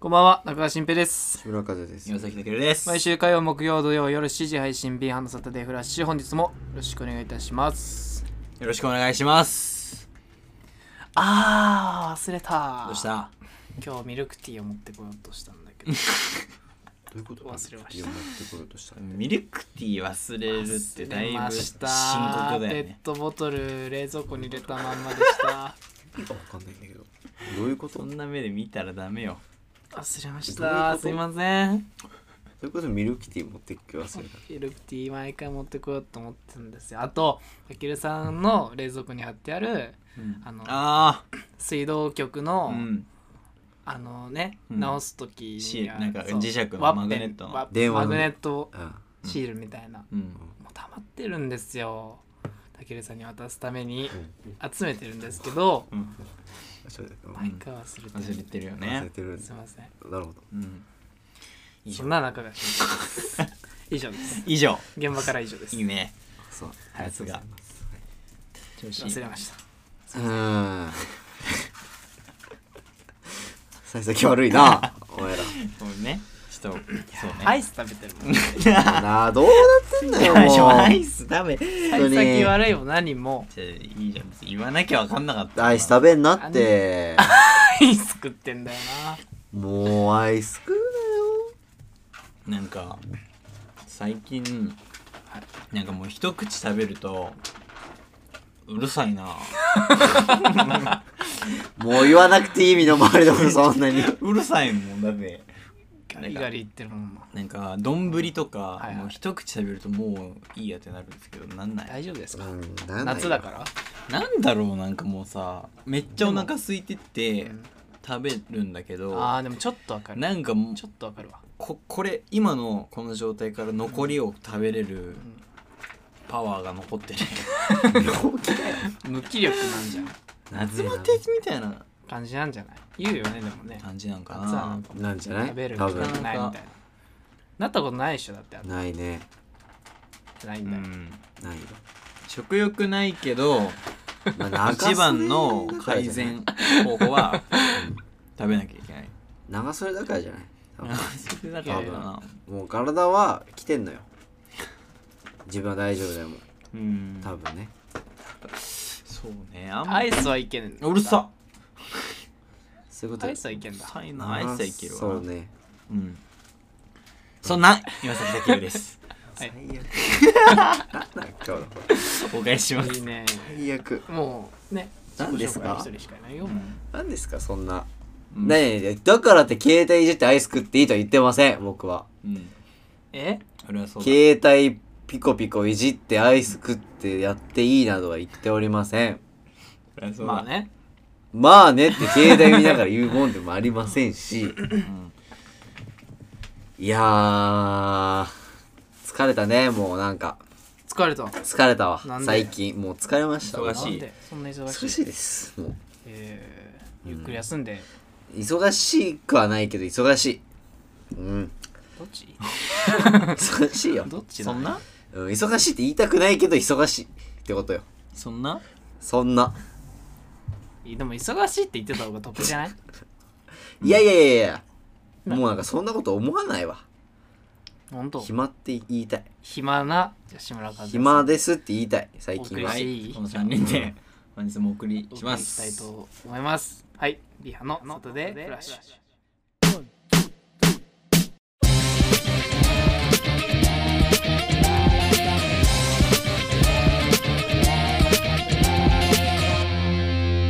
こんばんは、中川新平です。木村和也です。岩崎健です。毎週火曜、木曜、土曜夜7時配信、B ハンドサタデーフラッシュ、本日もよろしくお願いいたします。よろしくお願いします。あー、忘れた。どうした今日ミルクティーを持ってこようとしたんだ けど、どういうこと忘れましたちょっと持ってこようとしたねミルクティー忘れるってだい忘れまぶし深た刻だよペね。ットボトル、冷蔵庫に入れたまんまでした。意味がわかんないんだけど。どういうことそどんな目で見たらダメよ。 忘れましどういうた。ことすいません。ういうことミルクティー持ってき忘れた。ミルクティー毎回持ってこようと思ってたんですよ。あと、たけるさんの冷蔵庫に貼ってあるあのあ水道局あ、の、うん。あのね、うん直す時シにールなんかそう磁石のワッペマグンネットのワッペン電話マのグネットあシールみたいな、うん。もう溜まってるんですよたけるさんに渡すためにあ。集めてるんですけどうん。うん。それでうん毎回忘れてる忘れてるよ忘れね。てるんすいませんだなるほど。うん。以そ上ん。な中が以上です以上。現場から以上ですいいね。そう。はいありがとうございますはい調子いい忘れましたうーん。幸先悪いな。お前ら。ごめんね。ちょっと、そうね。アイス食べてるもんなあ、どうなってんだ よ。最初もう アイス食べ。本じ当幸に先悪いも何もゃあいいじゃん。別に言わなきゃわかんなかった。アイス食べんなって。アイス食ってんだよなもうアイス食うなんか最近なんかもう一口食べるとうるさいななよ。もう言わなくていい意味の周りだもん、そんなに。うるさいもんだってガリガリ言ってるもんななんか丼とか、はいはいもう一口食べるともういいやってなるんですけどなんない大丈夫ですかうん。夏だかららなんだろうなんかもうさめっちゃお腹空いててうん食べるんだけどあーでもちょっとわかるなんかもうちょっとわかるわここれ今のこの状態から残りを食べれるパワーが残ってる無気力なんじゃん夏バテみたいな感じなんじゃない言うよねでもね感じなんか夏はななんかなんじゃない食べる多気が分ないみたいななったことないでしょだってあんなないねないうんだよんないよ、食欲ないけどまあ長袖一番のだから改じゃない善方法は食べなきゃいけない長袖だからじゃない多分それだからかだなもう体は来てんのよ自分は大丈夫だよもううん多分ねそうねあんまアりイスはいけんうるさそういうことアイスはいけうんるださいな長アイスはいけるわそうねうんそんな岩崎武ですはいなんか今日のお返ししますいいね最悪もうね何ですか自己紹介一人しかいないよもう何ですかそんな、うんねえだからって携帯いじってアイス食っていいとは言ってません僕はうんえ俺はそうだ携帯ピコピコいじってアイス食ってやっていいなどは言っておりません俺はそうだまあねまあねって携帯見ながら言うもんでもありませんしうんいやー、疲れたね、もうなんか。疲れた疲れたわなん。で最近。もう疲れました。忙しいなんでそんな忙し忙いしいです。もう。えーゆっくり休んで忙しくはないけど、忙しい。うん。どっち忙しいよ。どっちだそんなうん、忙しいって言いたくないけど、忙しいってことよ。そんなそんな。でも忙しいって言ってた方が得じゃないいやいやいやいや。なもうなんかそんなこと思わないわ。本当暇って言いたい。暇なじゃあ志村和也さん暇ですって言いたい、最近おは送は。りしいこの3人で本日もお送りしまお送りしすたいと思いますはいリハのノートでフラッシュ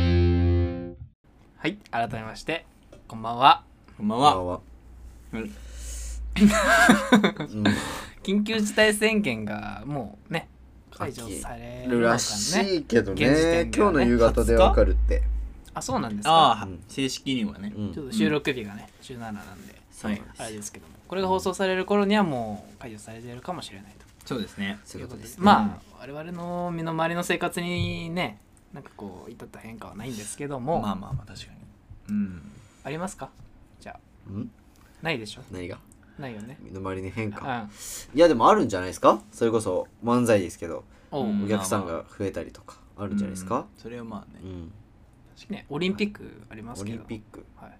はい改めましてこんばんはこんばんまはあまあうんうん緊急事態宣言がもうね解除されるのらかねしいけど現時点ではねね今日の夕方でわかるって、あそうなんですかああ、うん正式にはね、うんちょっと収録日がね17なんでそうなんですあれですけどもこれが放送される頃にはもう解除されてるかもしれないとそうですねそういうことですねまあ我々の身の回りの生活にねなんかこう至った変化はないんですけども、まあまあまあ確かにうんありますかじゃあうんないでしょ何がないよね身の回りに変う化んいやでもあるんじゃないですかそれこそ漫才ですけどおう、うんお客さんが増えたりとかああるんじゃないですかそれはまあうねんねオリンピックありまオすけリどンピックはい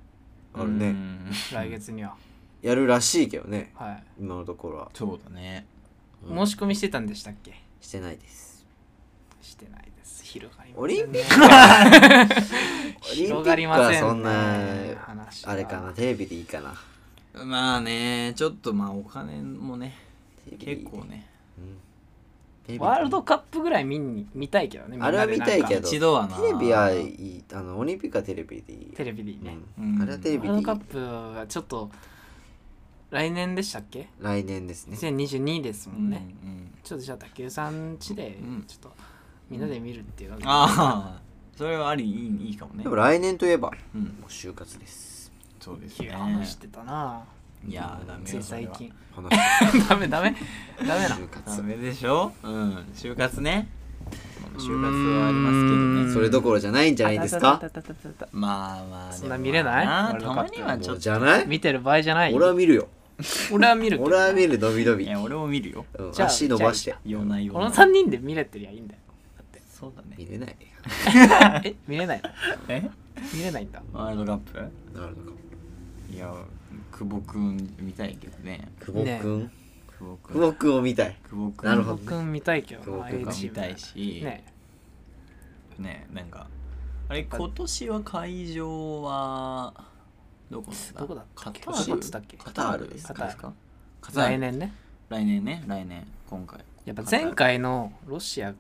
あるね、うん来月にはやるらしいけどねはい今のところは、そうだねうん申し込みしてたんでしたっけしてないですしてないです広がりませんねオリンピッ広がりませんねオリンピックはそんな話があれかなテレビでいいかなまあねちょっとまあお金もねテレビでいい結構ねうんテレビワールドカップぐらい見に見たいけどねみんなあれはで見なんかたいけど一度はなテレビはいいあのオリンピックはテレビでいいテレビでいいね、うんうんあれはテレビワーでいルドカッいプはちょっと来年でしたっけ来年ですね2022ですもんね、うんうんちょっとじゃあ卓球さんちでうんちょっとみんなで見るっていうのが、ああそれはありいいいいかもねでも来年といえばもうんう就活ですそうです急ねに話してたないやーダメつよいそれ最は近 話ダメダメダメな就ダ活メでしょうん就活ね就活はありますけどうねんそれどころじゃないんじゃないですかあたたたたたたまあまあそんな見れないでもまあワールたドカまップにはちょもうっじとゃない見てる場合じゃないよ俺は見るよ俺は見るけど俺は見るのびのびいや俺も見るようんじゃあ足伸ばしじてゃあようないようこなの3人で見れてりゃいいんだよそうだね見れないえ見れないのえ見れないんだワールドカッなるのかプいや久保くん見たいけどね久保くん久保くん久保くんを見たい久保くんなるほど僕くん見たいけど久保な君 A ががチー見ムたいしねねなんかあれ今年は会場はどこなんだどこだったカっけタどこーっルつったっけカタールですカタールかカタール来年ね来年ね来年今回やっぱ前回のロシア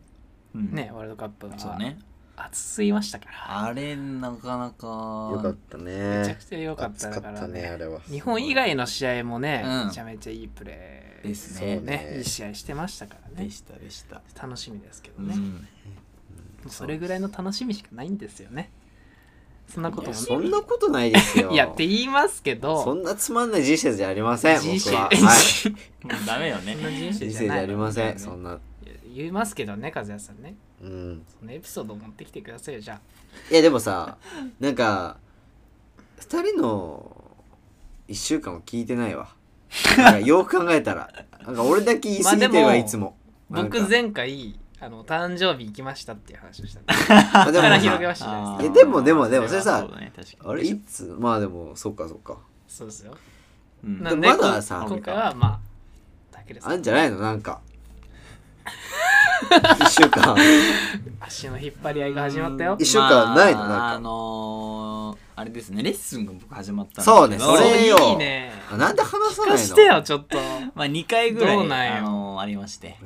うんねワールドカップそうがね熱すぎましたからあれなかなかよかったねめちゃくちゃ良かった暑かかっらたねあねれは日本以外の試合もねうんめちゃめちゃいいプレーですそうねねねいい試合してましたからねでしたでした楽しみですけどうんねそれぐらいの楽しみしかないんですよねそんなこといやもそんなことないですよいやって言いますけそどんなつまんない人生じゃありません僕人生ははいもうダメよねそんな人生人じ生ゃじなゃいありませんそいんなや 言いますけどね和也さんねうんそのエピソードを持ってきてくださいよじゃいやでもさなんか2人の1週間を聞いてないわなんかよく考えたらなんか俺だけ言い過ぎてるまあわでもいつもあなんか僕前回あの誕生日行きましたっていう話をしたんであでもからさ広げましたじゃないいですかやでもでもでもそれさそうだね確かにあれいつまあでもそっかそっかそうですようんなんでまださこ今回はまあだけですあんじゃないのな んか1週間足の引っ張り合いが始まったよ一週間ないのなんかあ、あのー、あれですねレッスンが僕始まったんですけどそうねそれよいいねあなんで話さ聞ないかのしてよちょっとまあ2回ぐらいどうなんよあのーありまして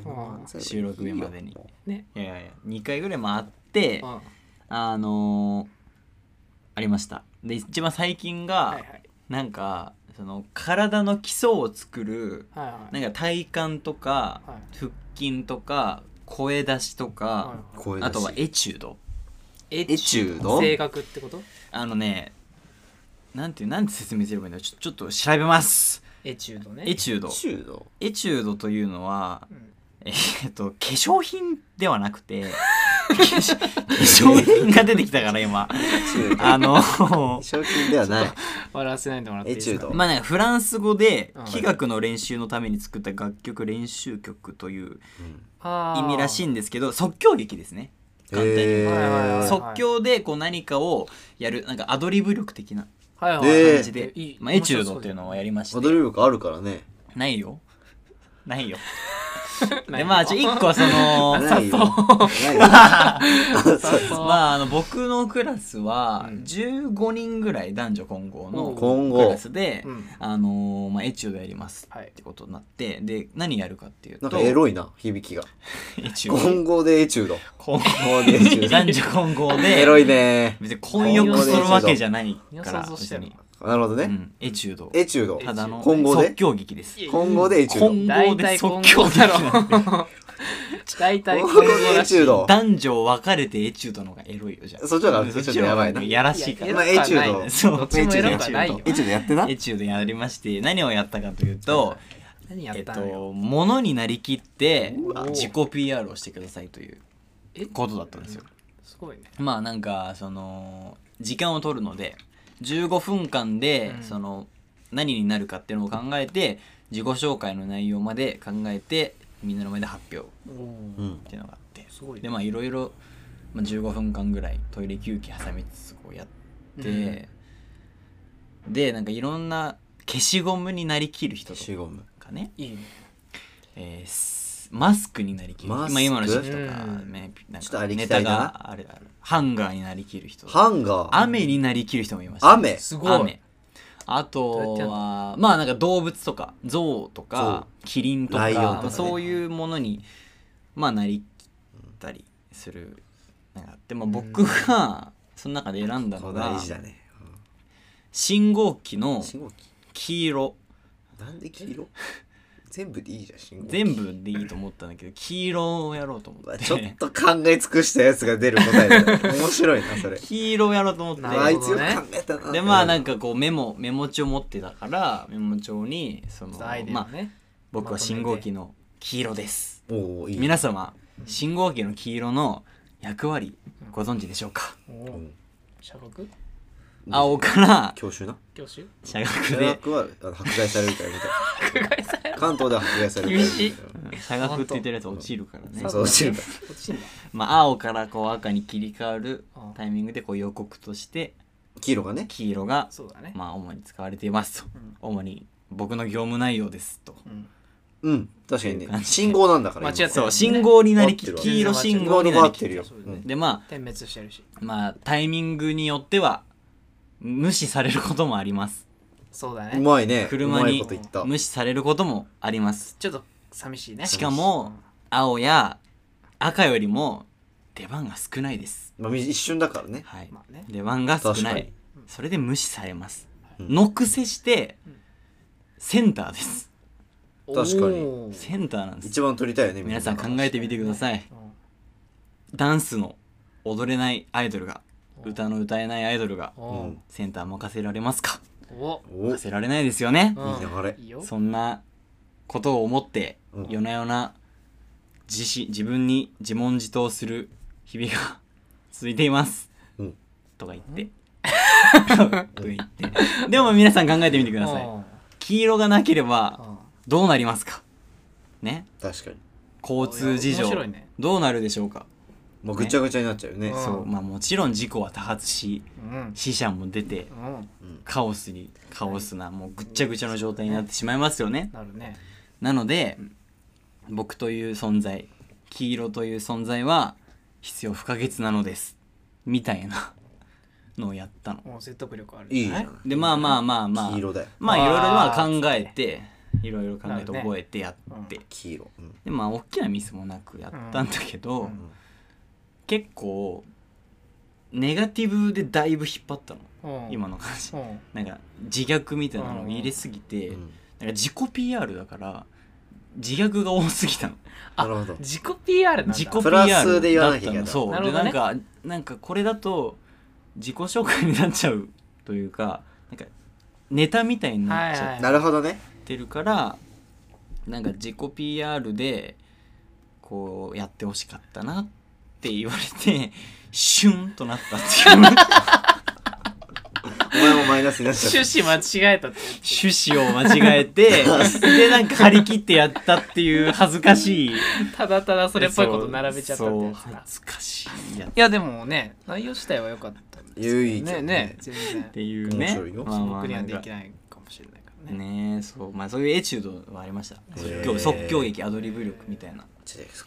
収録日までにねいやいや2回ぐらい回ってうんはあのー、ありましたで一番最近が、いはいはいなんかその体の基礎を作るはいなんか体幹とか、は腹筋とか声出しとはいか、声出しあとはエチュードエエチュード性格ってことあのねなんていうなんて説明すればいいのちょちょっと調べますエチュードねエチュード中度エチュードというのはうんえーっと化粧品ではなくて化粧化粧品が出てきたか ら今中度あの賞金ではない笑わせないでもらっていいですかエチュードまあなんかフランス語でうん器楽の練習のために作った楽曲練習曲というあー意味らしいんですけど即興劇ですね簡単に言うとえはいはいはい即興でこう何かをやるなんかアドリブ力的なはいはいで感じで、いいまあ、エチュードっていうのをやりましアドてリブ力あるからねないよな いよないでまあじゃあ1個そ のないよないよそまうあまああの僕のクラスはうん15人ぐらい男女混合の混合クラスで、うんあのーまあ、エチュードやりますはいってことになってで何やるかっていうなんとかエロいな響きがエチュード混合でエチュー ド混合混合でエチュード男女混合でエロいね別に混浴するわけじゃないか想ら像し別てるに、なるほどうねん、エチュードエチュードただの混合で即興劇です混合でエチュー混合で即興劇なんで大体ドこ混合でらエしチいュード男女分かれてエチュードの方がエロいよじゃあそっちの方がうんそっちの方がやばいなそっちの方がやらしいかいやらまあエチューエロくはないドねそうどっちもエロくはないエよチューエチュードやってなエチュードやりまして何をやったかというと何やえっったのよと物になりきってうわ自己 PR をしてくださいというえことだったんですよすごいねまあなんかその時間を取るので15分間でうんその何になるかっていうのを考えて自己紹介の内容まで考えてみんなの前で発表っおうーんていうのがあってすごいねでまあいろいろまあ15分間ぐらいトイレ休憩挟みつつこうやって、うんでなんかいろんな消しゴムになりきる人と消しゴムかね、いいねえーすマスクになりきるマスク今今の時期とか,、うんね、なんちょっとあかりネきたタりだながあるあるハンガーになりきる人ハンガー雨になりきる人もいました、雨すごい雨あとどうやってやんはまあなんか動物とか象とかキリンとかライオンとかねまあ、そういうものにまあなりきったりするのがあって、まあ、僕がその中で選んだこのうが大事だね、信号機うん、の信号機黄色なんで黄色全部でいいじゃん信号機全部でいいと思ったんだけど黄色をやろうと思うわってちょっと考え尽くしたやつが出る答えだ面白いなそれ黄色をやろうと思ってなあるいほつどよねく考えたなでまあなんかかこうメモメモ帳持ってたからメモ帳にちそょのっとアイデアまをあね、僕は信号機の黄色ですおおいい皆様信号機の黄色の役割ご存知でしょうかおうおん社国青から教習な教習社学大で学はあの迫害されるからみたいな関東では迫害されるから厳しいうん社学って言ってるやつ落ちるからねそうそう落ちるか落ちるんだまあ青からこう赤に切り替わるタイミングでこう予告として黄色がね黄色がそうだね、まあ主に使われていますとうん主に僕の業務内容ですとうん、うん確かにっていう感ねじで信号なんだから間違って今そう信号になりき合ってるわ黄色信信号号にの場合な合りっきてるよそううだねんでま点滅してるしあまあタイミングによっては無視されることもありますそうだうねまいね車にうまいこと言った無視されることもありますちょっと寂しいねしかも青や赤よりも出番が少ないです、まあみ一瞬だからねはいまあね出番が少確なかいにそれで無視されます、うんのくせしてうんセンターです確かにおーセンターなんです一番取りたいよね皆さん考ええてみてくださいうんダンスの踊れないアイドルが歌の歌えないアイドルがおーセンター任せられますかおお任せられないですよねうんいい流れいいよそんなことを思ってうん夜な夜な自し自分に自問自答する日々が 続いています、うんとか言って。とか言ってでも皆さん考えてみてくださいうん黄色がなければうんどうなりますかね確かに交通事情面白いねどうなるでしょうか、もうぐちゃぐちゃになっちゃうよねうんそうまあもちろん事故は多発しうん死者も出てうんうんカオスにカオスなもうぐっちゃぐちゃの状態になってしまいますよねなるねなので、僕という存在黄色という存在は必要不可欠なのですみたいな のをやったのもう説得力あるいいじゃねんでまあまあまあまあ黄色だよまあいろいろまわーあ考えていろいろ考えてなるね覚えてやって、黄色うんでまあ大きなミスもなくやったんだけど、うん結構ネガティブでだいぶ引っ張ったの、うん今の感じ、うんなんか自虐みたいなのを入れすぎて、うんなんか自己 PR だから自虐が多すぎたのなるほど自己 PR なんだ自己プラ PR スで言わだなっきゃたいけないのそうなるでほどなねんかなんかこれだと自己紹介になっちゃうというかなんかネタみたいになっちゃはいなるほどねってるから、なんか自己 PR でこうやってほしかったなって言われてシュンとなったっていうお前もマイナスになっちゃっ趣旨間違えたって趣旨を間違 えてでなんか張り切ってやったっていう恥ずかしいただただそれっぽいこと並べちゃったってそうやつそうだ恥ずかしいやついやでもね内容自体は良かったんですけど唯一ねねね全然っていうね面白いよそのクリアなんでかきないかもしれないからねねえそうまあそういうエチュードはありましたへ即え興即興劇アドリブ力みたいなた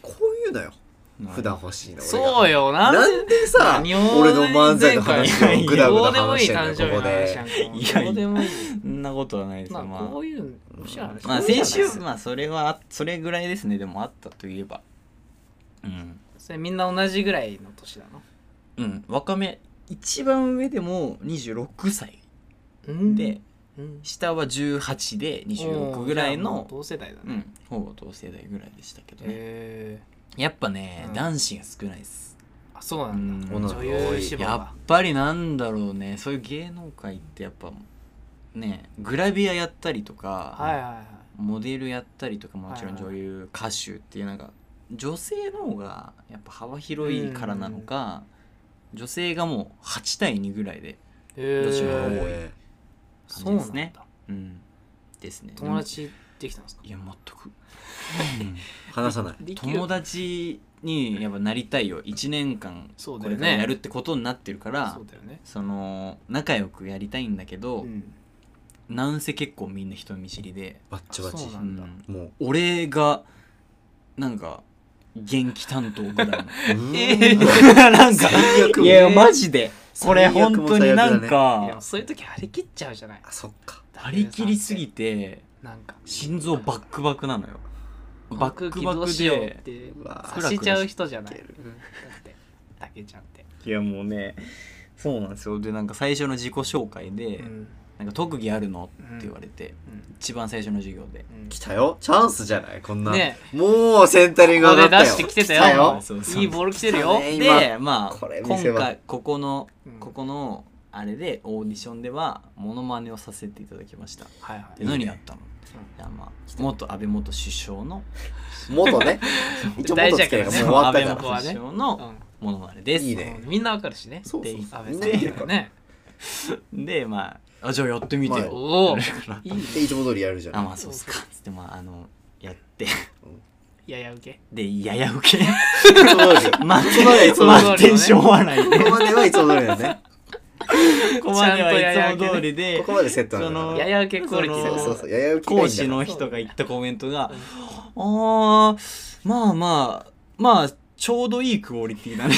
こういうのよのが普段欲しいの俺がそうよななんでさ何を俺の漫才の話をグダグダ話してんどうでもいい誕生だよここ日ので話なんかもいやいやどうでもいいそんなことはないですままあ、あこういう面白い話まあ、そうじゃ先ないで週すかまあそれはそれぐらいですねでもあったといえばうんそれみんな同じぐらいの年なのうん若め一番上でも26歳うんで、うん下は18で26おーぐらいじゃあものう同世代だねうんほぼ同世代ぐらいでしたけどね、へえやっぱね、うん男子が少ないですあそうなうんんだ女の子女優志望やがっぱりなんだろうねそういう芸能界ってやっぱねグラビアやったりとか、はいはいはいモデルやったりとかもちろんはいは女い優、歌手っていうなんか女性の方がやっぱ幅広いからなのか、女性がもう8対2ぐらいで、へどちらも多いええそうなん感じですねだうん、ですね友達できたんですかいや全くー話さないできる友達にやっぱなりたいよ1年間そこうだよれねからやるってことになってるからそうだよねその仲良くやりたいんだけど、うんなんせ結構みんな人見知りで、バッチバチそうなうんだんも俺がなんか元気担当ぐらいのううえ ーん なんか最悪 いやマジでこれ最悪本も当になんいやかそういう時張り切っちゃうじゃないあそっか張り切りすぎてなんか心臓バックバックなのよバックバどうックしようっでてうわ察しちゃう人じゃないいけるうんだってたけちゃんっていやもうねそうなんですよでなんか最初の自己紹介でうん「なんか特技あるの?」って言われてうん一番最初の授業でうん来たよチャンスじゃないこんな、ねもうセンタリングこ上れがっ出したよてきてた来よそうそういいボール来てるよ、ね今でまあこれ見今せ場回ここのうんここのあれでオーディションではモノマネをさせていただきましたはいはでい何やったのいやまあ元安倍元首相の元 ね一応元つけるからもう終わ安った倍から元首相のうモノマネですいいねんうんみんなわかるしねそうそうで安そう倍みんさなんいだるかかららねでまああじゃあやってみてまあよおおいからいねでいつも通りやるじゃ あんまあそうっすかつってまああのやってやや受けでや や受けいつも通り満その通り点その通り満点しょうがないねここまではいつも通りだよねここまではいつも通りでここまでセットなそののやや受けクオリティだそかうらそうそうやや受けがいいん講だ師からの人が言ったコメントが「あーまあまあまあちょうどいいクオリティだね」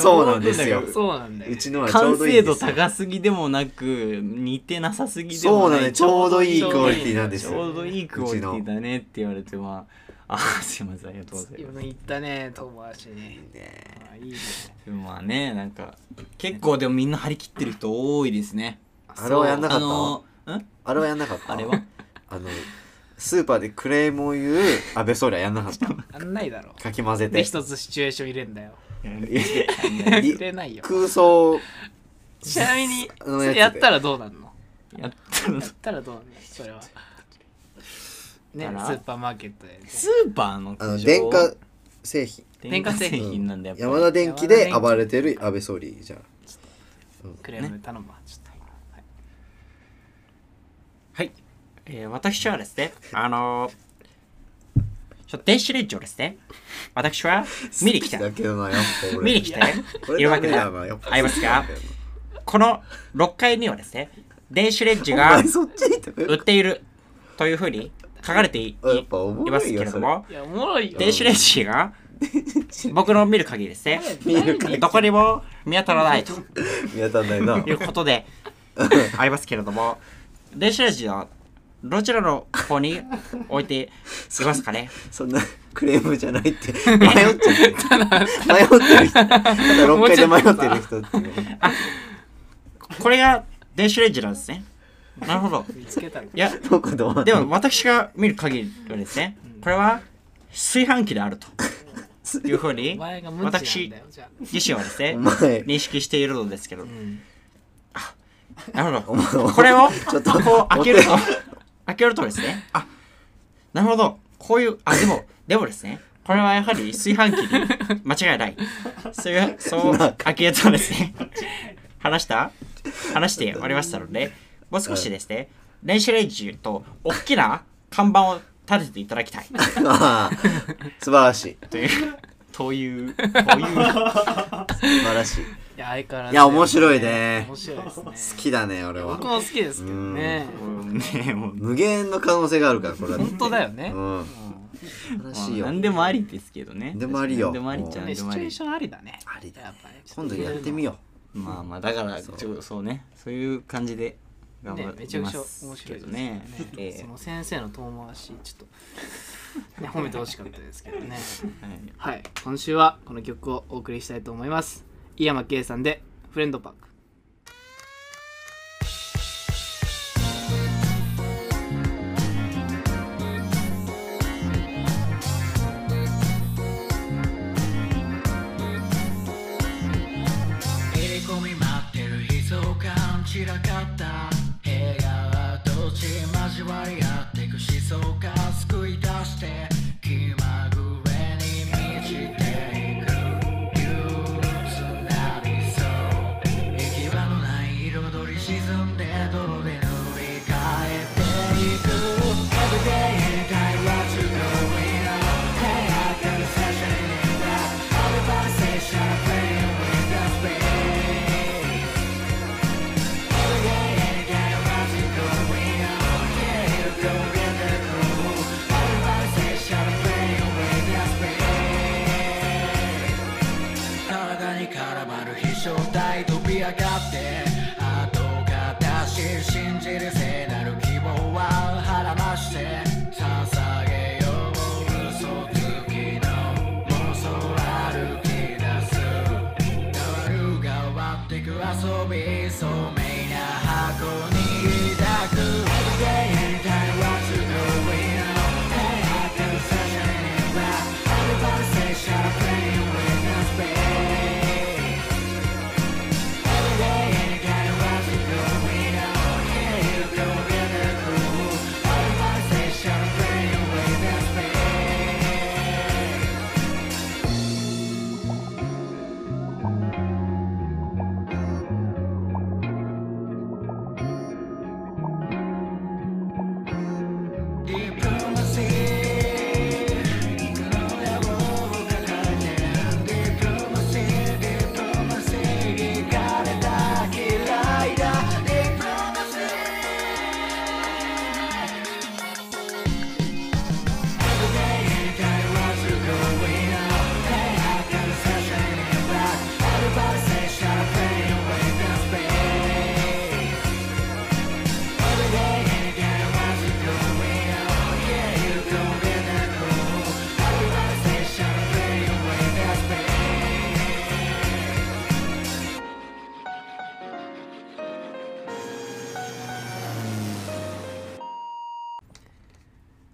そうなんですよそうなんだようちのはちょ完うどいい成んで度すよ高すぎでもなく似てなさすぎでそもうなないんでちょうどいいクオリティなんでちすよょうどいいクオリティだねって言われてまああ ーすいませんありがとうございま今言ったね遠回しねねあいいねすまあねなんか結構でもみんな張り切ってる人多いですねあれはやんなかあったのんあれはやんなかったあれはあのスーパーでクレームを言う安倍総理はやんなかっ たあんないだ ろかき混ぜでて一つシチュエーション入れんだよやい入れないよ空想ちなみにあのそやつれでやったらどうなんのやったのやったらどう なんのそれはねあらスーパーマーケットでスーパーのあ苦の情電化製品電化製品なんだやっぱり山田電機で暴れてる安倍総理じゃんクレーム頼むわちょっとはいはい、えー、私はですね、あのー、ちょっと電子レンジをですね、私は 見に来た好きだけどなやっぱ俺見に来てこれいるわけダだメ。なやっぱ合いますかこの6階にはですね、電子レンジおが前そっち行って売っているというふうに書かれていあやっぱおもろいよいますけれども、いやおもろいよ電子レンジが僕の見る限りですね、どこにも見当たらないと見当たんないないうことでありますけれども電子レンジはどちらの方に置いていますかねそんなクレームじゃない って迷っちゃってる迷ってる人ただ6回で迷ってる人っていう ねこれが電子レンジなんですねなるほど見つけたのいやどこどうでも私が見る限りはですねこれは炊飯器であるというふうおに 前が無知なんだよじゃあ自身はですねお前認識しているのですけどうんなるほおど前これをちょっとこう開けると開けるとですねあなるほどこういうあでもでもですねこれはやはり炊飯器に間違いないそういうそうなんか開けるとですね話した話しておりましたのでもう少しですね電子レンジと大きな看板を立てていただきたい ああ素晴らしいというというとい素う晴らしいいや相変わらずいや面白いね面白いです好ねきだね俺は僕も好きですけどねうんねもう無限の可能性があるからこれは本当だよねうんまあ話よ何でもありですけどね何でもありよ何でもありっちねゃ何でシチもあュエりーションありだねありだやっぱね今度やってみよまあまあだからそそううそうねそういう感じで頑張ねっ、めてちゃくまちゃす面白けいですどよねね。ええその先生の遠回し、ちょっと、ね、褒めてほしかったですけどね。ははいい、今週はこの曲をお送りしたいと思います。井山圭さんで、フレンドパーク。入り込み待ってる悲壮感散らかった部屋はどっち交わり合ってく思想が救い出して気まぐれに満ちていく憂鬱な理想行き場のない彩り沈んで泥で塗り替えていく Everyday and I want to going on Hey, I got a session in that All the conversation playing with the space Everyday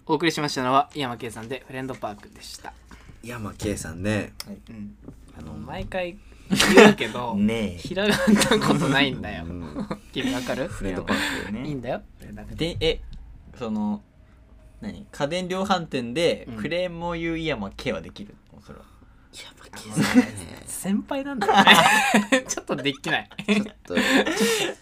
お送りしましたのは井山圭さんでフレンドパークでした、山圭さんねうん、ああのの毎回言うけど、 ねひらがなことないんだうよん君わかるフレンドパーえいいんねだよフレンドパークでえその何家電量販店でうんクレームを言う井山圭はできるのそれはク山圭さんね先輩なんだよねちょっとできないちょっとで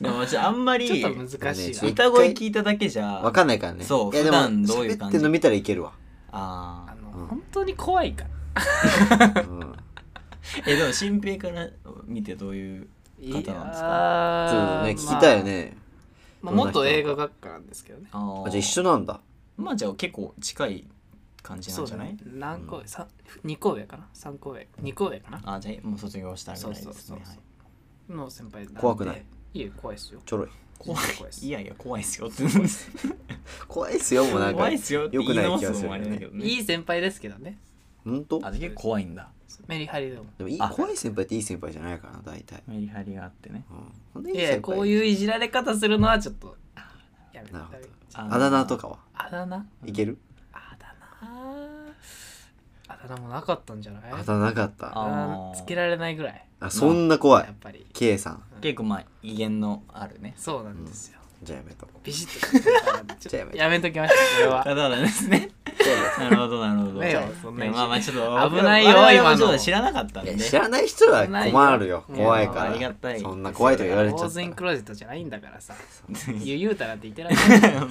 も私あんまりちょっと難しいまあねな歌声聞いただけじゃわかんないからねそういやでも普段どういう感じ喋って飲みたらいけるわ、あああの、うん本当に怖いからうん、えでも新平から見てどういう方なんですかやちょっとねー聞きたいよね、まあ、まあ元映画学科なんですけどねあーあ、じゃあ一緒なんだまあじゃあ結構近い感じなんじゃない、そうだね何個上、三2個上かな3個上2個上かなあじゃあもう卒業したぐらいですねそうそうそうそうはいの先輩なんで怖くないいえ怖いですよちょろい怖い全然怖いですいやいや怖いっすよって怖いっすよもうなんか怖いっすよって言い直すのもあれだけよどねいい先輩ですけどね本当あじゃあ結構怖いんだメリハリでもでもいいあ怖い先輩っていい先輩じゃないからな大体、メリハリがあってねうん、ほんでいいいやいや先輩こういういじられ方するのはちょっとやめてなるほどあのあだ名とかはあだ名いけるあだ名あだ名もなかったんじゃないあだ名なかったあああーつけられないぐらいそんな怖やいっぱり K さん結構まあ威厳のあるねそうなんですよ、じゃあやめとこビシッとしてたから ちょっとじゃあやめてやめときましょうこれあはだ名ですねなるほどなるほどねえよそんなねまあまあちょっと危ないよ我々は今のちょっと知らなかったんういやでね知らない人は困るよ知らないよ怖いかいやありがたらいそんな怖いとか言われちゃ大った津インらクローゼットじゃないんだからさいゆゆうたなんて言ってないから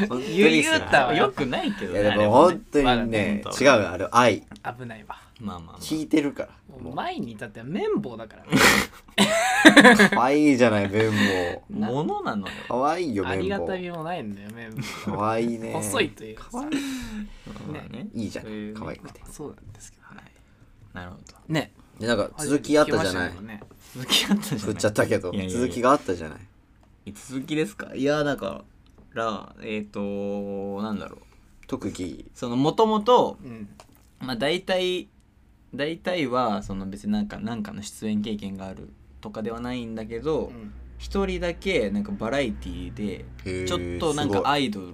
本当にゆゆうたやはよくないけどいねやでもあ本れね当まだにねね違うよあれ愛危ないわまあまあまあ聞いてるからももうう前に立っては綿棒だからね、可愛いじゃない綿棒ものなのよ可愛いよありが綿棒たみもないんだよ綿棒可愛いね細いというか可さ愛いまあねいいじゃんそういうね可愛くてそうなんですけどねなるほどねでなんか続きあったじゃない初めて聞きましたもんね続きあったじゃない振っちゃったけどいやいやいや続きがあったじゃない続きですかいやだからえっ、となんだろう特技そのもともとうんまあ大体大体はその別になんかなんかの出演経験があるとかではないんだけうどん一、人だけなんかバラエティでへーちょっとなんすごかいアイドル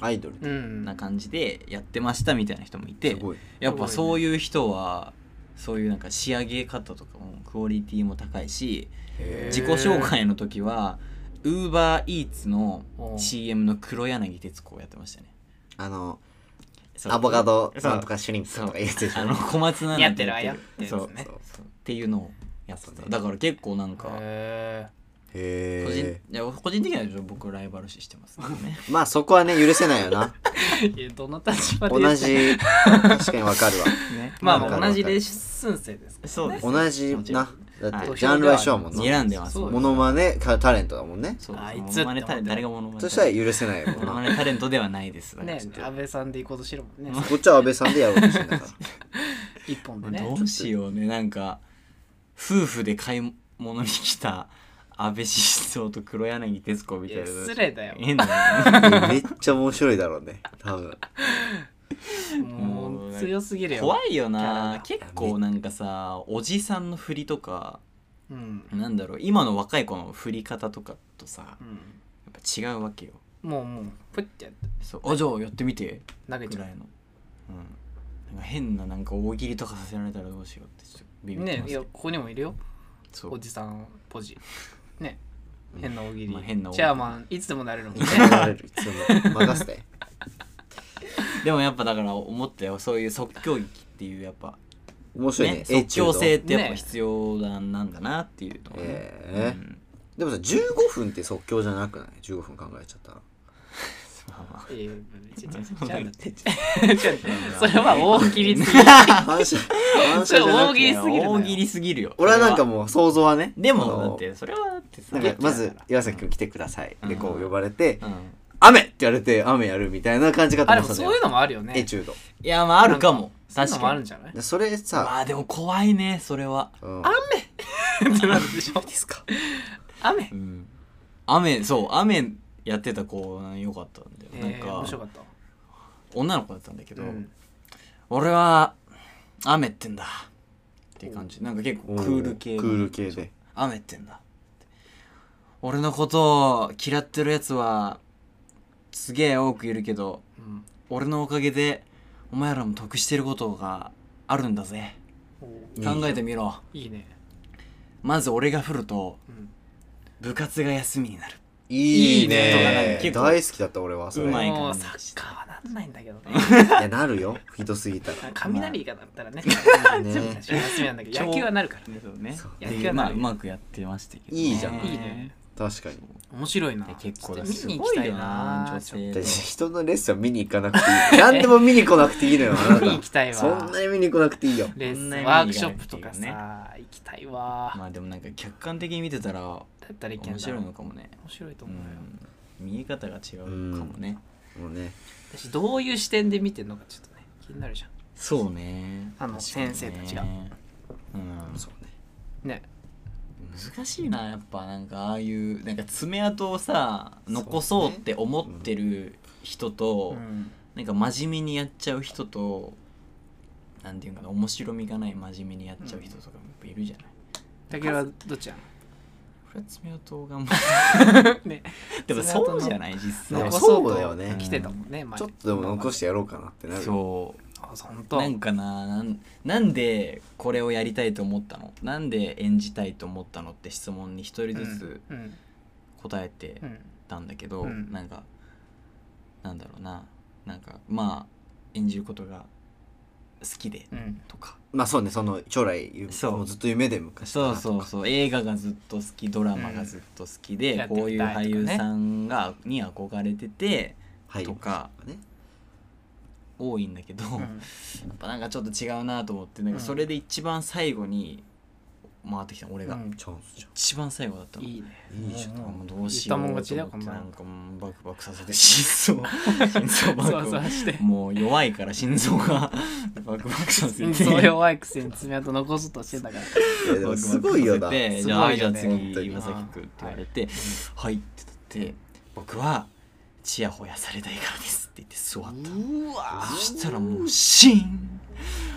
アイドルうんな感じでやってましたみたいな人もいてすごいやっぱそういう人はそういうなんか仕上げ方とかもクオリティも高いしへー自己紹介の時はウーバーイーツのおう CM の黒柳徹子をやってましたねあのそうアボカドそうなんとかシュリンプとか言ってあたの小松菜奈やってるわよってやつねそうそうそうっていうのをやってそうたねだから結構なんかへ個へ人,、えいや個人的には僕ライバル視してますけどねまあそこはね許せないよ なえいやどの立場で同じ確かにわかるわねまわかある同じレッスン生ですからそうですね同じもちろんなだっはていジャンルは一緒やもんな睨んでますそうモノマネかタレントだもんねそうああいいつつ誰がモノマネそしたら許せないもモノんマなネタレントではないですだからねちょっと安倍さんで行こうとしてるもんねこっちは安倍さんでやろうとしてんだから一本でねどうしようねなんか夫婦で買い物に来た安倍晋三と黒柳徹子みたいないや失礼だよ変だねえ めっちゃ面白いだろうね多分もう強すぎるよ怖いよキャラなが結構なんかさおじさんの振りとかうんなんだろう今の若い子の振り方とかとさやっうんぱ違うわけよもうもうプッてそうあじゃあやってみて投げぐちゃらいのうんなんか変ななんか大喜利とかさせられたらどうしようってちょっとビうビってねますいけやど、ここにもいるよそうおじさんポ ジね変な大喜利、まあ変な大喜チ利ェアマンいつでもなれるもんい ねつもなれるいつも任せてでもやっぱだから思ったよそういう即興劇っていうやっぱ面白いねね、即興性っエチュードてやっぱ必要だなんだなっていうのはねえうーんでもさ15分って即興じゃなくない15分考えちゃ ったらまあまあいやいやちょちょちょそんち なょにちょちょそれは大喜利すぎる反射反射じゃな大く喜利てすぎるな大喜利すぎるよ俺はなんかそもう想像はねれはであものだってそれはだってさなんかまず岩崎君来てくださいでこうんう呼ばれてうん「雨!」って言われて雨やるみたいな感じかとあで思っもてそたんだういうよのもあるよねエチュードいやまああるかもそういうの確もあかるんにじゃないでそれさあーでも怖いねそれは雨ってなるでし ょですか雨うん雨そう雨やってた子よかったんだよ、えー、な面ん白かかった女の子だったんだけど、うん俺は雨ってんだっていう感じなんか結構クール系のクール系で雨ってんだ俺のことを嫌ってるやつはすげえ多くいるけどうん俺のおかげでお前らも得してることがあるんだぜ考えてみろいいねまず俺が振るとうん部活が休みになるいいねね結構大好きだった俺はそれうまいもう感じサッカーはなんないんだ けどねいやなるよひどすぎたら雷がだったらね あね全部休みなんだけど野球はなるからねそうねそう野球ではまなあうるよまくやってましたけど、いいじゃんいいね確かに面白いなで結構ちょだっと見にす行きごいたいよなな女ちょっ性だのって人のレッスンは見に行かなくていい何でも見に来なくていい のよあなと見にた行きたいわそんなに見に来なくていいよレッスンこんな意味ワークショップとかがさ行きたいわまあでもなんか客観的に見てたらだったらいけんだ面白いのかもね面白いとう思うよん見え方が違うかもねもうね私どういう視点で見てんのかちょっとね気になるじゃそうねあの確かにね先生たちがうんそうねんね難しいなやっぱなんかああいうなんか爪痕をさ残そうって思ってる人と、うんなんか真面目にやっちゃう人となんていうかな面白みがない真面目にやっちゃう人とかもやっぱいるじゃない、竹はどっちや これは爪痕がま ねあでもそうじゃない実爪際残痕のそうそうだとよね来てたもんね前ちょっとでも残してやろうかなってなるよそあ本う当なんかななんなんでこれをやりたいと思ったのなんで演じたいと思ったのって質問に一人ずつうん答えてうんたんだけど、うんなんかなんだろうななんかまあ演じることが好きでうんとか、まあそうねその将来そうもうずっと夢で昔からそとうかそうそう映画がずっと好きドラマがずっと好きで、うんこういうやってみたいと俳かね優さんがに憧れててはいとかね多いんだけど、うやんっぱなんかちょっと違うなと思ってなんかうんそれで一番最後に回ってきたの俺が、うんチャンスじ一番最後だったの。いいねいいじゃんもうももううどうしようと思って言なったもん勝ちだよこんなのんかもうバクバクさせて 心臓心臓バクバそクうそう してもう弱いから心臓が バクバクさせてそう弱いくせに爪痕残そうとして たからゃんいやでもすごいよなバクバクさせてすじごいよゃあ、ねじゃ本当あ次に岩崎君って言われて「はい」って言って「僕はチヤホヤされたいからです」って言って座ったうわそしたらもうシーン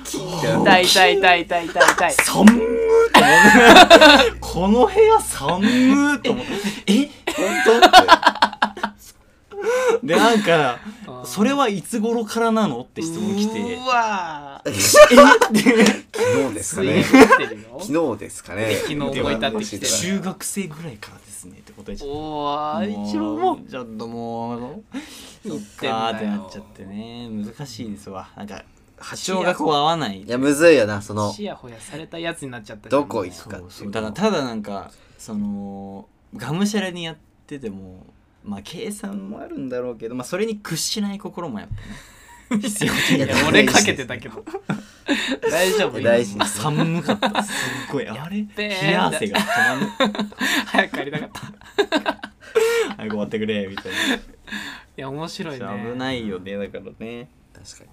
痛い痛い痛い痛い痛い痛い寒ーって思ってこの部屋寒ーと思ってえ本当ってでなんかあーそれはいつ頃からなのって質問来てうわ ー昨日ですかついね に来てるよ昨日ですかね昨日思い立ってきて中学生ぐらいからですねって答えちゃっおたー一応もうちょっともうそっんだよかーってなっちゃってね難しいですわなんか波長がこう合わないいやむずいよなそのちやほやされたやつになっちゃったどこ行行くそうそうだからただなんかそのがむしゃらにやっててもまあ計算もあるんだろうけどまあそれに屈しない心もやっぱ ね必要いでや俺かけてたけど大丈夫大事今ですね寒かったすっごいあれべ冷ーや汗が止まんない 早く帰りたかったい早く終わってくれみたいなや面白いね危ないよねだからね確かに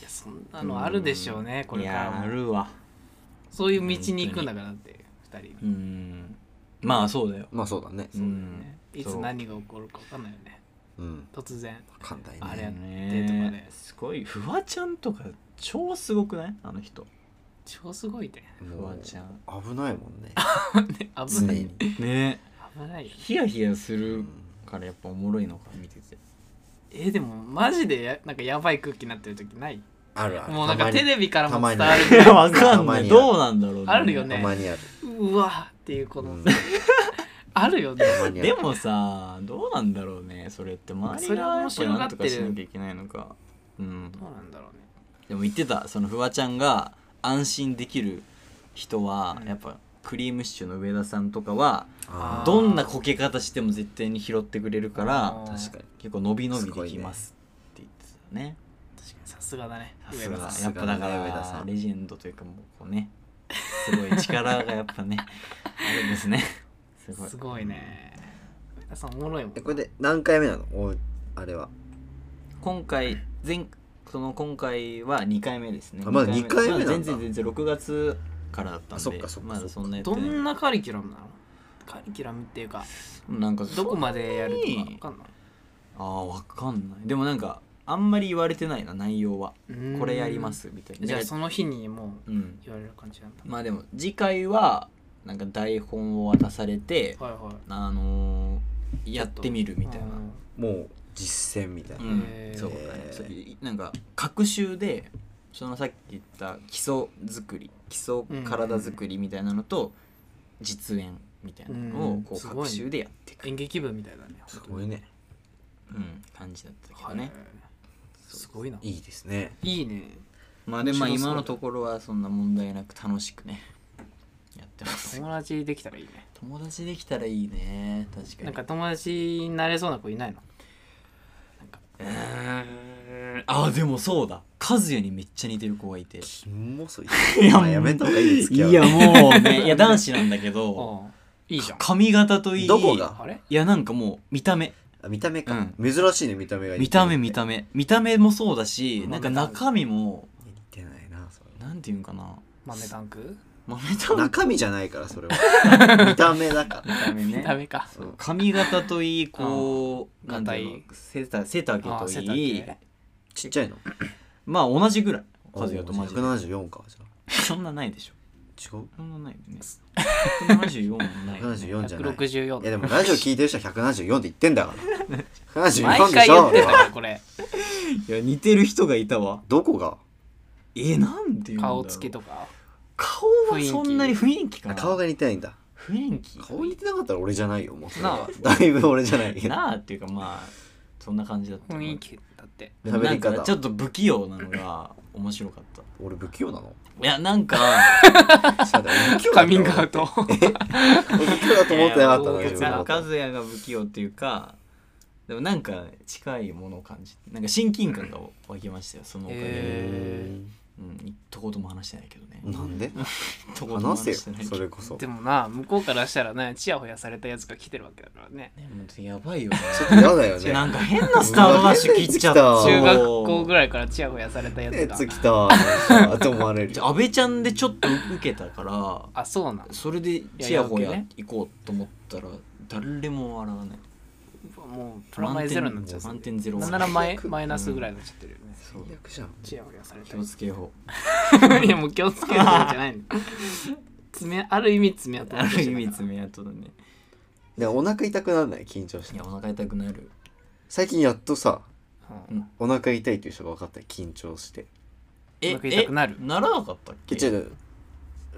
いやそんなのあるでしょうねこれかいやらあもるわそういう道に行くんだからだって二人うんまあそうだよまあそうだねそうだよねうんいつ何が起こるか分かんないよねうん突然簡単にあれやねってとかねすごいフワちゃんとか超すごくないあの人超すごいねもうフワちゃん危ないもんね 危常ないに危ねないよねヒヤヒヤすうるんからやっぱおもろいのか見ててえーでもマジでやなんかやばい空気になってる時ないあるあるもうなんかテレビからも伝わたまにるぐあるらい わかかんんなないいどうなんだろうねあるよねたまにあるうわーっていうこの、うんあるよねたまにあでるもさどうなんだろうねそれって周りがやっぱなんとかしなきゃいけないのかうんどうなんだろうねでも言ってたそのフワちゃんが安心できる人は、うんやっぱクリームシチューの上田さんとかはあうどんなこけ方しても絶対に拾ってくれるからあー確かに結構伸び伸びできますって言ってたね確かにさすがだねさす上田がさやんっぱだか上田らさんレジェンドというかもうこうねすごい力がやっぱ ねあるんですねすごいすごいね上田さんおもろいもんえこれで何回目なのおあれは今回前その今回は2回目ですねあまだ二二回目なんだ全然全然6月からだったんであそっかそっかまだそんなやってどないんなカリキュラムなのカリキュラムっていうかなんかどこまでやるとか分かんああわかんないでもなんかあんまり言われてないな内容はないこれやりますみたいなじゃあなんかその日にもううん言われる感じなんだまあでも次回はなんか台本を渡されてはいはいあのーやってみるみたいなうんもう実践みたいな、うんへーそうだねそういなんか隔週でそのさっき言った基礎作り基礎体作りみたいなのと実演みたいなのうをんこうすごいね隔週でやっていく、演劇部みたいだねすごいねうん、感じだったけどはねい、すごいないいですねいいねまあでもまあ面白そうだ今のところはそんな問題なく楽しくねやってます友達できたらいいね友達できたらいいね確かになんか友達になれそうな子いないのうーんあでもそうだ和也にめっちゃ似てる子がいてキモそいいやややめた方がいいですけどもうねいや男子なんだけどああいいじゃん髪型といいどこがあれいやなんかもう見た目あ見た目か、珍しいね見た目が見た目見目た目見た目もそうだしまあなんか中身も似てないなそなんていうんかな豆タンク豆れた中身じゃないからそれは 見た目だから目ねダメかそう髪型といいこううんなんだろ硬うい背丈背丈あと背いい丈ちっちゃいのまあ同じぐらい和数也とマジで174かじゃそんなないでしょあ違うそんなないよね174もないよね174じゃないい164やでもラジオ聞いてる人は174って言ってんだから 毎174で回し言ってたょからこれいや似てる人がいたわどこがえなんで顔つきととか顔はそんなに雰囲気かあな顔が似てないんだ雰囲気顔似てなかったら俺じゃないよもうそれなはだいぶ俺じゃないけどなあっていうかまあそんな感じだった雰囲気だってなん喋りか方ちょっと不器用なのが面白かった俺不器用なのいやなんかそうだ俺不器用だカ ミングアウト俺不器用だと思ってなかったのいやいや自分のこ和と也が不器用っていうかでもなんか近いものを感じてなんか親近感が湧きましたよそのおかげで、へーうん一言も話してないけどねなんで一言も話せ話しよてないけそどれこそでもな向こうからしたらねチヤホヤされたやつが来てるわけだからねねもうやばいよねちょっと嫌だよねなんか変なスタートダッシュ切っちゃったおー中学校ぐらいからチヤホヤされたやつが熱きたわーって思われるじゃあ安倍ちゃんでちょっと受けたからあそうなんそれでちやほや行こうと思ったら誰も笑わないもうプラマイゼロになっちゃ満う点ゼロなんならマイマイナスぐらいになっちゃってるよねそう最悪じゃんチヤホヤされた気をつけよ ういやもう気をつけるとかじゃないの爪ある意味爪痕ある意味爪爪痕だねでお腹痛くならない緊張しいてやお腹痛くなる最近やっとさうんお腹痛いっていう人が分かった緊張してお腹痛くなるえならなかったっけ違う違う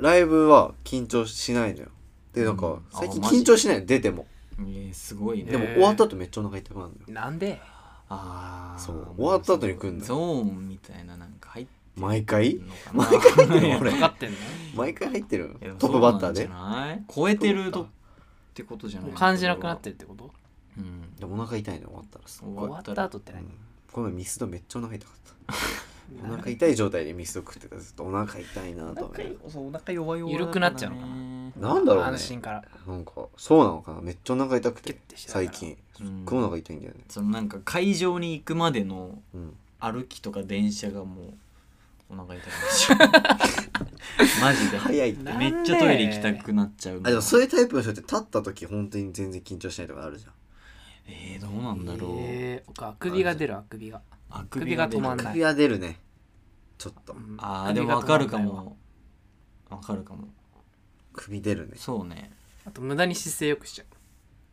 ライブは緊張しないのよでなんうかんあ最近マジ緊張しないの出てもえすごいねでもへー終わった後めっちゃお腹痛くなるのよなんでああそう終わった後に来んのゾーンみたいななんか入って毎回んのか毎な回 入ってるの分俺かってんの毎回入ってるいやでもトップバッターでそうなんじゃない超えてるとってことじゃないもう感じなくなってるってことうんでもお腹痛いの終わったらすごい終わった後ってう何んこの前ミスドめっちゃお腹痛か ったお腹痛い状態でミスド食ってたらずっとお腹痛いなと思ってお腹弱い弱い緩くなっちゃうのかななんだろうね安心からなんかそうなのかなめっちゃお腹痛くキュてッてしてたから最近すうっんごいお腹痛いんだよねそのなんか会場に行くまでのうん歩きとか電車がもうお腹 痛くなっちゃうマジで早いってなめっちゃトイレ行きたくなっちゃうあでもそういうタイプの人って立った時本当に全然緊張しないとかあるじゃんえー、どうなんだろう、えー僕あくびが出るあくびがあく首が止まんない首は出るねちょっとうんあー首でがもわかる止かまんないわもわかるかも首出るねそうねあと無駄に姿勢よくしちゃ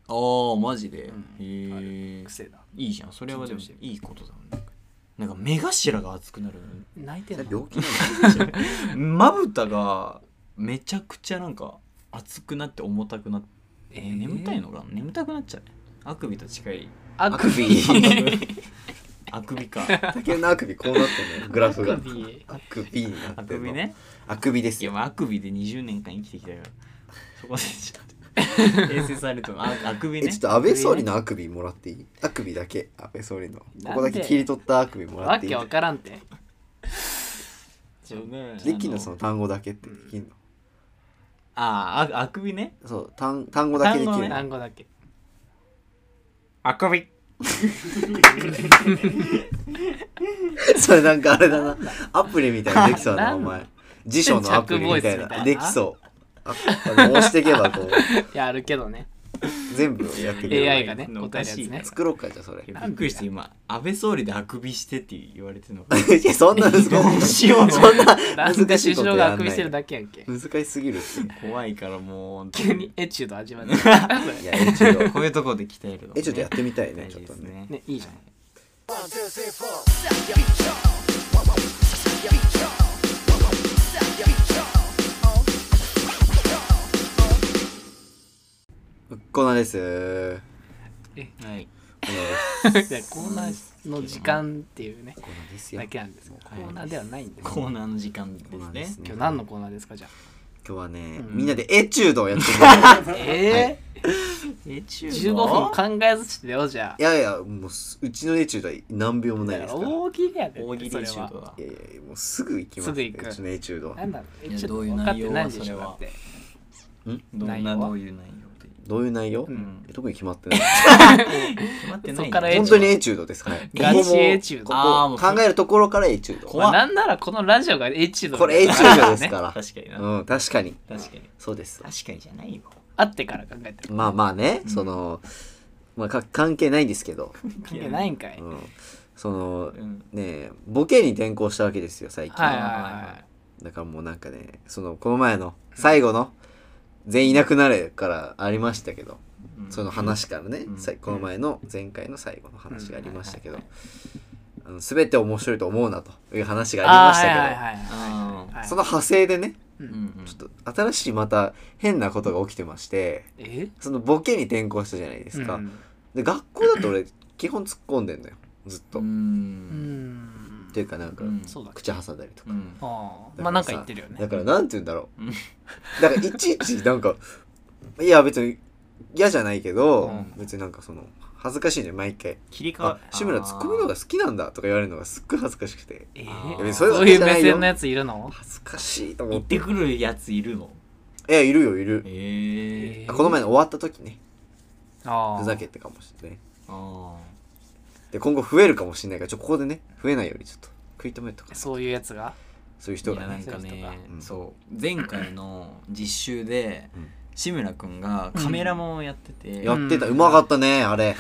ああマジで、うんへえう癖だいいじゃんそれはでも緊張してるいいことだもんねなんか目頭が熱くなるの泣いてそんれの病気なまぶたがめちゃくちゃなんか熱くなって重たくなって、えー眠たいのかな眠たくなっちゃうねあくびと近 いあのあくくびびあくびか 竹のあくびこうなってんのよグラフがあくびあくびになってんのあくびねあくびでいすやよまああくびで20年間生きてきたからそこでちょ っと訂正されてもああくびえねちょっと安倍総理のあくびもらっていいあくびだけ安倍総理のここだけ切り取ったあくびもらわっていいけわからんてちょねできんのそあの単語だけってできんのあーああくびねそう単単語だけでき単語るねの単語だけあくび それなんかあれだなアプリみたいなできそうだななおんなの前辞書のアプリみたい着ボイスみたいななできそうああの押していけばこういやあるけどね全部やってくれ AI るがねお答かえるやつしいね作ろうかじゃあそれいやびっくりして今安倍総理であくびしてって言われてるの かいやそんな難しいどうしようそんなな難んでしい首こと相やがあんくびしてるないだけやんけ難しすぎるって怖いからもう急にエチュード始まるいやえちょっとこういうところで鍛えるのえちょっとやってみたいね大ちょ事っとですねねねいいじゃんコーナーですはいコーナーですコ ーナーの時間っていうねコーナーですよだけなんですけどコはいーナーではないんですコーナーの時間でコーナーですすねね今日何のコーナーですかじゃ今日はねうんみんなでエチュードをやって みたいあええ中え15分考えずしてよじゃいやいやもうすうちのエチュードは何秒もあないだでかすらから大喜利やで大喜利でそしれょはいいやいやもうすぐ行きますすぐ行くうちのエチュードはなんだろういえやちょっとどういう分かっ内て容ないはでそしれょだはってどん内な容はどういう内容でどういう内容ん特に決まってない決まってないそっからエチュー本ド当にエチュードですはいガチここもエチュードこあーもうこ考えるところからエチュードま怖っあなんならこのラジオがエチュードこれエチュードで すから確かになうん確かに確かにそうです確かにじゃないよあってから考えてるまあまあねうんそのまあか関係ないんですけど関係ないんかいうんそのうんねえボケに転向したわけですよ最近はいはいはだからもうなんかねそのこの前の最後の「全員いなくなれ」からありましたけどうんその話からね、うんさいこの前の前回の最後のう話んがありましたけどはいあの全て面白いと思うなという話いがありましたけど、あーはいはいはいあはいその派生でねーうんうんちょっと新しいまた変なことが起きてましてえそのボケに転向したじゃないですか、うんで学校だと俺基本突っ込んでんのよずっと、うっんんていうかなんか、うんそうだ口挟んだりとか、うんあだあらまあなんかさ言ってるよねだからなんて言うんだろうんうだからいちいちなんかいや別に嫌じゃないけど、うん別になんかその恥ずかしいね毎回切り替あわ志村ツッコミの方が好きなんだとか言われるのがすっごい恥ずかしくてえあーーそういう目線のやついるの恥ずかしいと思行っっててくるやついるのいやいるよいる、えええあこの前の終わった時ねああふざけてかもしれないあで今後増えるかもしれないからちょここでね増えないようにちょっと食い止めとかそういうやつがそういうあ人いがやなんねかねうんそう前回の実習でうん志村くんがカメラマンをやっててやってたうんうまかったねあれ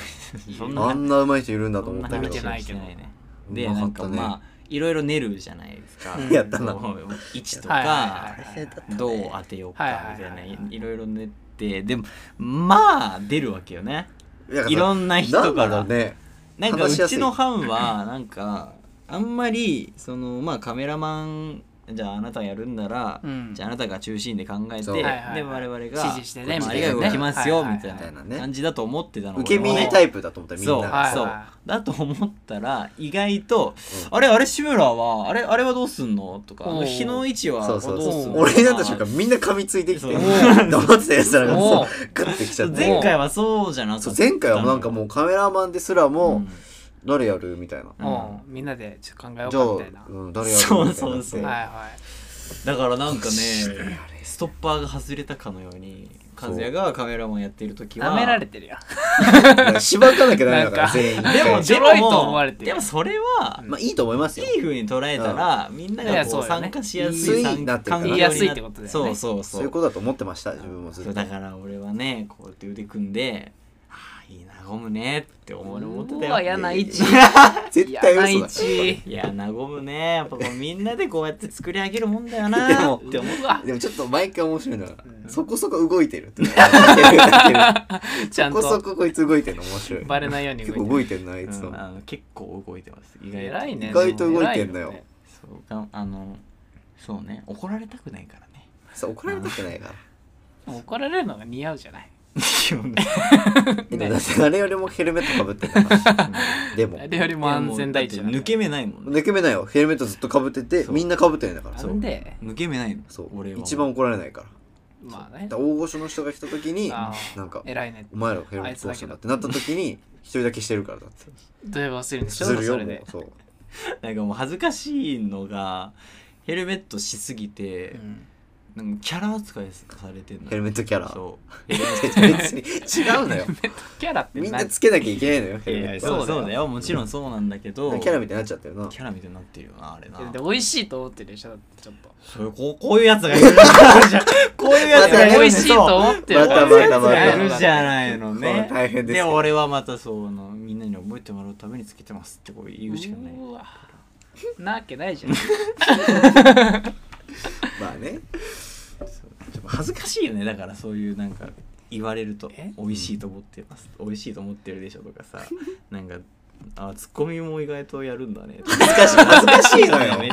そんなあんなうまい人いるんだとそん思なった見けど話てないはしてないねでうまなかんっかたねまあいろいろ練るじゃないです かうんやったなこう位置とはいはいかはいはいどう当てようはいかはいみたいはいなはいいいろいろ練ってでもまあ出るわけよねいやいろんな人なんだかろらうねなんかう話しやすいちの班はなんかあんまりそのまあカメラマンじゃああなたやるんなら、うんじゃああなたが中心で考えて、そうはいはいはいで我々が指示してねまああみりたいなねがとうございますよ、はいはいみたみたいいななね感じだと思ってたの受け俺も身タイプだと思ったみんなそう、はいそうはだと思ったら意外と、あれあれ志村はあれあれはどうすんのとかおう日の位置はそうこそうれどうすそんうの俺になった瞬と間かみんな噛みついてきてそう黙ってたやつらがおさうグッてきちゃって前回はそうじゃなかっそたう前回はなんかもうカメラマンですらうもん誰やるみたいなうんうんみんなでちょっと考えようじゃあ、かみうたいなはん、誰やるみたいなってそうそうそういははいだからなんかねストッパーが外れたかのように和也がカメラマンやっている時は舐められてるよだからしばかなきゃダメなだかんらか全員でもちでょろいもと思われてるでもそれはまあいいと思いますよいい風に捉えたらみんないがやこそううよね参加しや言すいいやすいなっていうか環境に言いやすいってことだよねそうそうそうそいううことだと思ってました自分もずっそうとだから俺はねこうやって腕組んでああいいなゴムねって思思ってたうよわ嫌な位置絶嫌対な位嘘置いやなゴムねやっぱこうみんなでこうやって作り上げるもんだよで なもって思ううわだでもちょっと毎回面白いのがうんそこそこ動いてるっていうか ちゃんそこそとここいつ動いてるの面白いバレないように結動構いてる動いてんなあいつうんのあの結構動いてます意外偉いね意外と動いてんだだよそうがあのそうね怒られたくないからねそう怒られたくないから怒られるのが似合うじゃないえでもだって誰よりもヘルメットかぶってたからでもあ れよりも安全第一だかだっらて抜け目ないもんね抜け目ないよヘルメットずっとかぶっててそうみんなかぶってないんだからなそうんで抜け目ないのそう俺は一番怒られないからまあねだから大御所の人が来た時にあーなんか偉いねお前らがヘルメットどうしたんだってなった時に一人だけしてるからだってどういえば忘れるんでしょするそよれもうでそうなんかもう恥ずかしいのがヘルメットしすぎて、うんなんかキャラ扱いされてんのヘルメットキャラそう別に違うのよキャラってみんななつけなきゃいけないのよいヘルメやいッやトそうそうだだよもちろんそうなんだけどキャラみたいになっちゃってるなキャラみたいになってるよなあれなで美味しいと思ってるでしょだってちょっとそういうこうこういうやつがいる じゃんこういうやつがいる美味しいと思ってるまた美味しいまやつたまたがやいるるじじゃんゃないこのれね大変ですでよ俺はまたそのみんなに覚えてもらうためにつけてますってこう言うしかないうわなわけないじゃんまあねちょっと恥ずかしいよねだからそういうなんか言われるとえ「美味しいと思ってます」「美味しいと思ってるでしょ」と かさなんかあツッコミも意外とやるんだね恥ずかしい恥ずかしいの よめ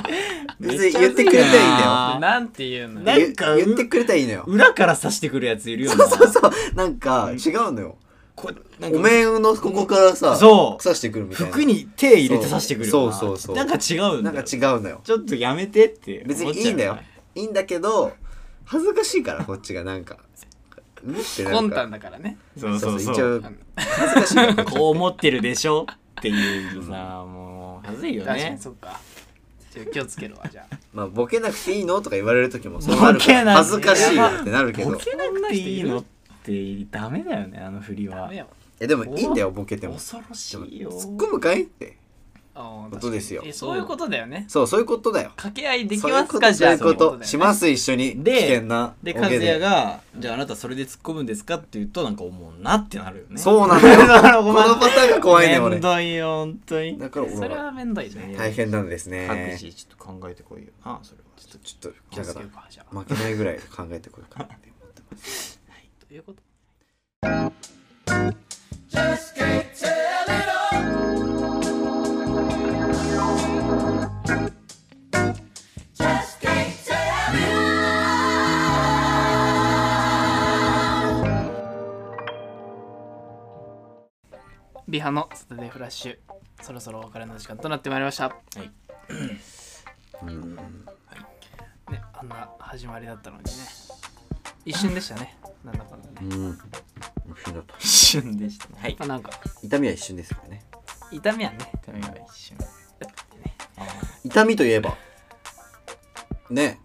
別に言ってくれたらいいんだよあーなんていうのな言んか言ってくれたらいいのよ裏から刺してくるやついるよそなうそうそうなんか違うのよこなんかお面のここからさそう刺してくるみたいな服に手入れて刺してくるよなそうそうそうそうなんか違うんなだんよか違うのよちょっとやめてって別思にっちゃういいんだよいいんだけど恥ずかしいからこっちがなんかうんってなコるンかタらンだからねそうそそううそそうう一応恥ずかしいからこう思ってるでしょっていうさもう恥ずいよ確かねにそっかじゃあ気をつけるわじゃあ まあボケなくていいのとか言われる時もそうなるかボケならく恥ずかしいよってなるけボどケなくていいのってダメだよねあの振りダはメよえでもいいんだよボケても恐ろしでもいよ突っ込むかいってあーことですよえそういうことだよねそうそういうことだよ掛け合いできそういうますことかじゃあそういうそういうことだよことねします一緒に危で険なでボ和ケ也が「じゃああなたそれで突っ込むんですか?」って言うとなんか思うなってなるよね そうなんだよだからこお前のパターンが怖いね俺めんどいよ本当にだからそ俺れははめんどいじゃんね大変なんです各ね自ちょっと考えてこいよなそれはちょっとちょっ気とをだつけからるかじゃあ負けないぐらい考えてこようかなって思ってますということビハのサタデーフラッシュそろそろお別れの時間となってまいりましたうんねあんな始まりだったのにね一瞬でしたね なんだかんだねうん一瞬だった一瞬でしたねはいまあなんか痛みは一瞬ですからね痛みはねタイミングが一瞬あ痛みといえばね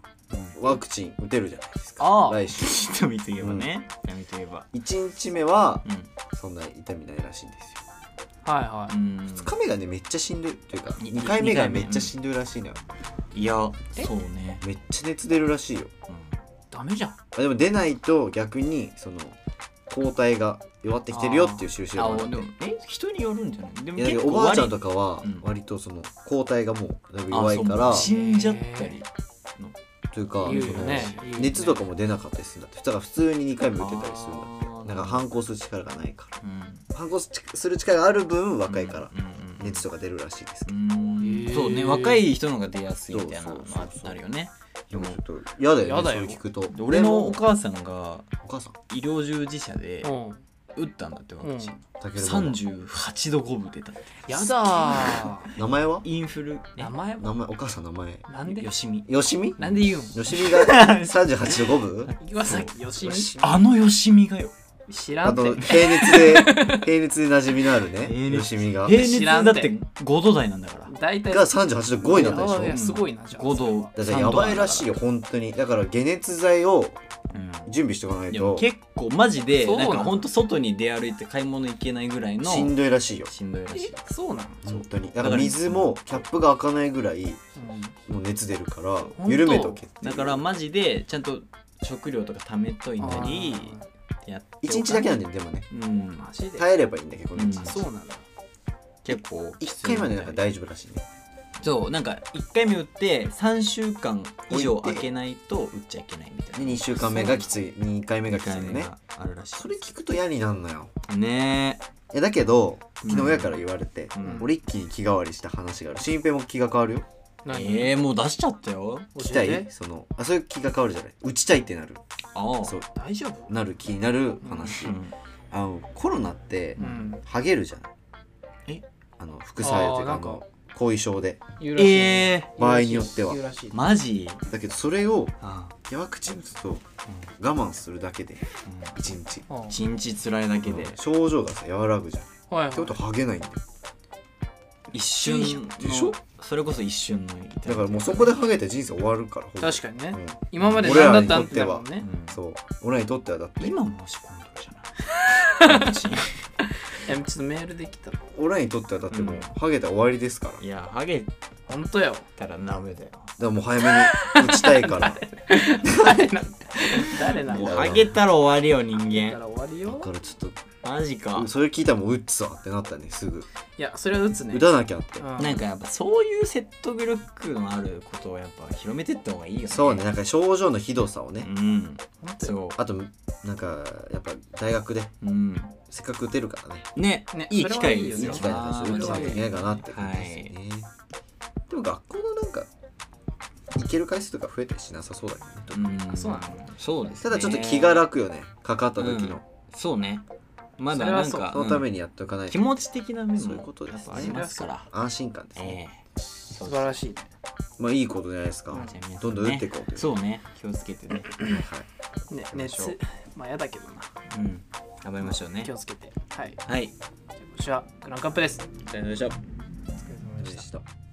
ワクチン打てるじゃないですかああ来週ー瞳といえばね瞳といえば1日目はうんそんな痛みないらしいんですよはいはうん2日目がねめっちゃしんどいというかに2回目二が回目めっちゃしんどいらしいのよいやそうねめっちゃ熱出るらしいよういダメじゃんあでも出ないと逆にその抗体が弱ってきてるよっていう印んがああるでもえ人によるんじゃないでもいやだけ結ど構おばあちゃん割とかはうん割とその抗体がもうだいぶあ弱いかそうら死んじゃったりというか言うよねその言うよね熱とかも出なかったりするんだってだから普通に2回も打てたりするんだってあーなんか反抗する力がないからうん反抗する力がある分若いからうんうんうん熱とか出るらしいですけど、うんへーそうね若い人の方が出やすいみたいなそのうそうあそうあるよねでもでもちょっと嫌だよねやだよそう聞くとで俺のおでも母さんがお母さん医療従事者でうん打ったんだってワクチンたけるママ38度5分出たってやだ名前はインフルー 名前も名前お母さん名前 なんでよしみよしみなんで言うんよしみが 38度5分岩崎よしみあのよしみがよ知あらんとて平熱で平熱で馴染みのある平ね熱よしみが平知熱らんだってて5度台なんだから大体が38度5になったいでやしょすごいなじゃあ5度だからやばいらしいよ本当にだから解熱剤をうん準備しておかないでもと結構マジでそうななんのかほんと外に出歩いて買い物行けないぐらいのしんどいらしいよしんどいらしいえそうなの本当にだから水もキャップが開かないぐらいもう熱出るから当緩めとけってだからマジでちゃんと食料とか貯めといたりやって1日だけなんでだよでもねうんマジで耐えればいいんだけどこのうん1あそ日うなんだ結構きつ1い回みたまいでなんか大丈夫らしいねそうなんか1回目打って3週間以上空けないと打っちゃいけないみたいでな2週間目がきつい2回目がきついねあるらしいそれ聞くと嫌になんのよねいやだけどうん昨日親から言われて、うん俺一気に気変わりした話がある新平も気が変わるよえ何えー、もう出しちゃったよ教来たえいてそのあそういう気が変わるじゃない打ちたいってなるああそう大丈夫なる気になる話、うんあのコロナって、うんハゲるじゃんえあの副作用というかあーあの後遺症で言うらしいええ場合によっては言うらしいー、マジだけどそれをあワクチン打つと我慢するだけで一日うんはい1日つらいだけで、症状がさ和らぐじゃんっはいてことはハゲないんだよ一瞬でしょのそれこそ一瞬のいだただからきもうそこでハゲて人生終わるからほぼ確かにね、うん今まで何だったんってなる俺らもにんとってねは、そう俺らにとってはだって今も押し込んでるじゃないこっちいやちょっとメールできたら俺らにとってはだってもう、うんハゲたら終わりですからだいやハゲ本当やわたらダメだよからもう早めに打ちたいから 誰な誰なもんうだだかよハゲたら終わりよ人ら間終わりだよからちょっマジかとそれ聞いたらもう打つわってなったねすぐいやそれは打つね打たなきゃってうんなんかやっぱそういう説得力のあることをやっぱ広めてった方がいいよねそうねなんか症状のひどさをね、うん本当よそあとなんかやっぱ大学でううんせっかく打てるからねねねいい機会でいすいよ機会だし打ってなきゃいけないかなって感じですよね、でも学校のなんか行ける回数とか増えたりしなさそうだけどねうんそうなのそうですたねだちょっと気が楽よねかかった時の、うんそうねまだなんかそのためににやっておかない気と、持ち的な面そうもいうことでやっすぱありますから安心感ですえね、え素そう晴らしいねまあいいことじゃないですか、まあじゃあ皆さんどねんどん打っていこうというそうね気をつけてねはいね熱まあやだけどなうん頑張りましょうね気をつけてはいはいじゃあ今週はクランクアップですありがとうございまお疲れした様ででしたした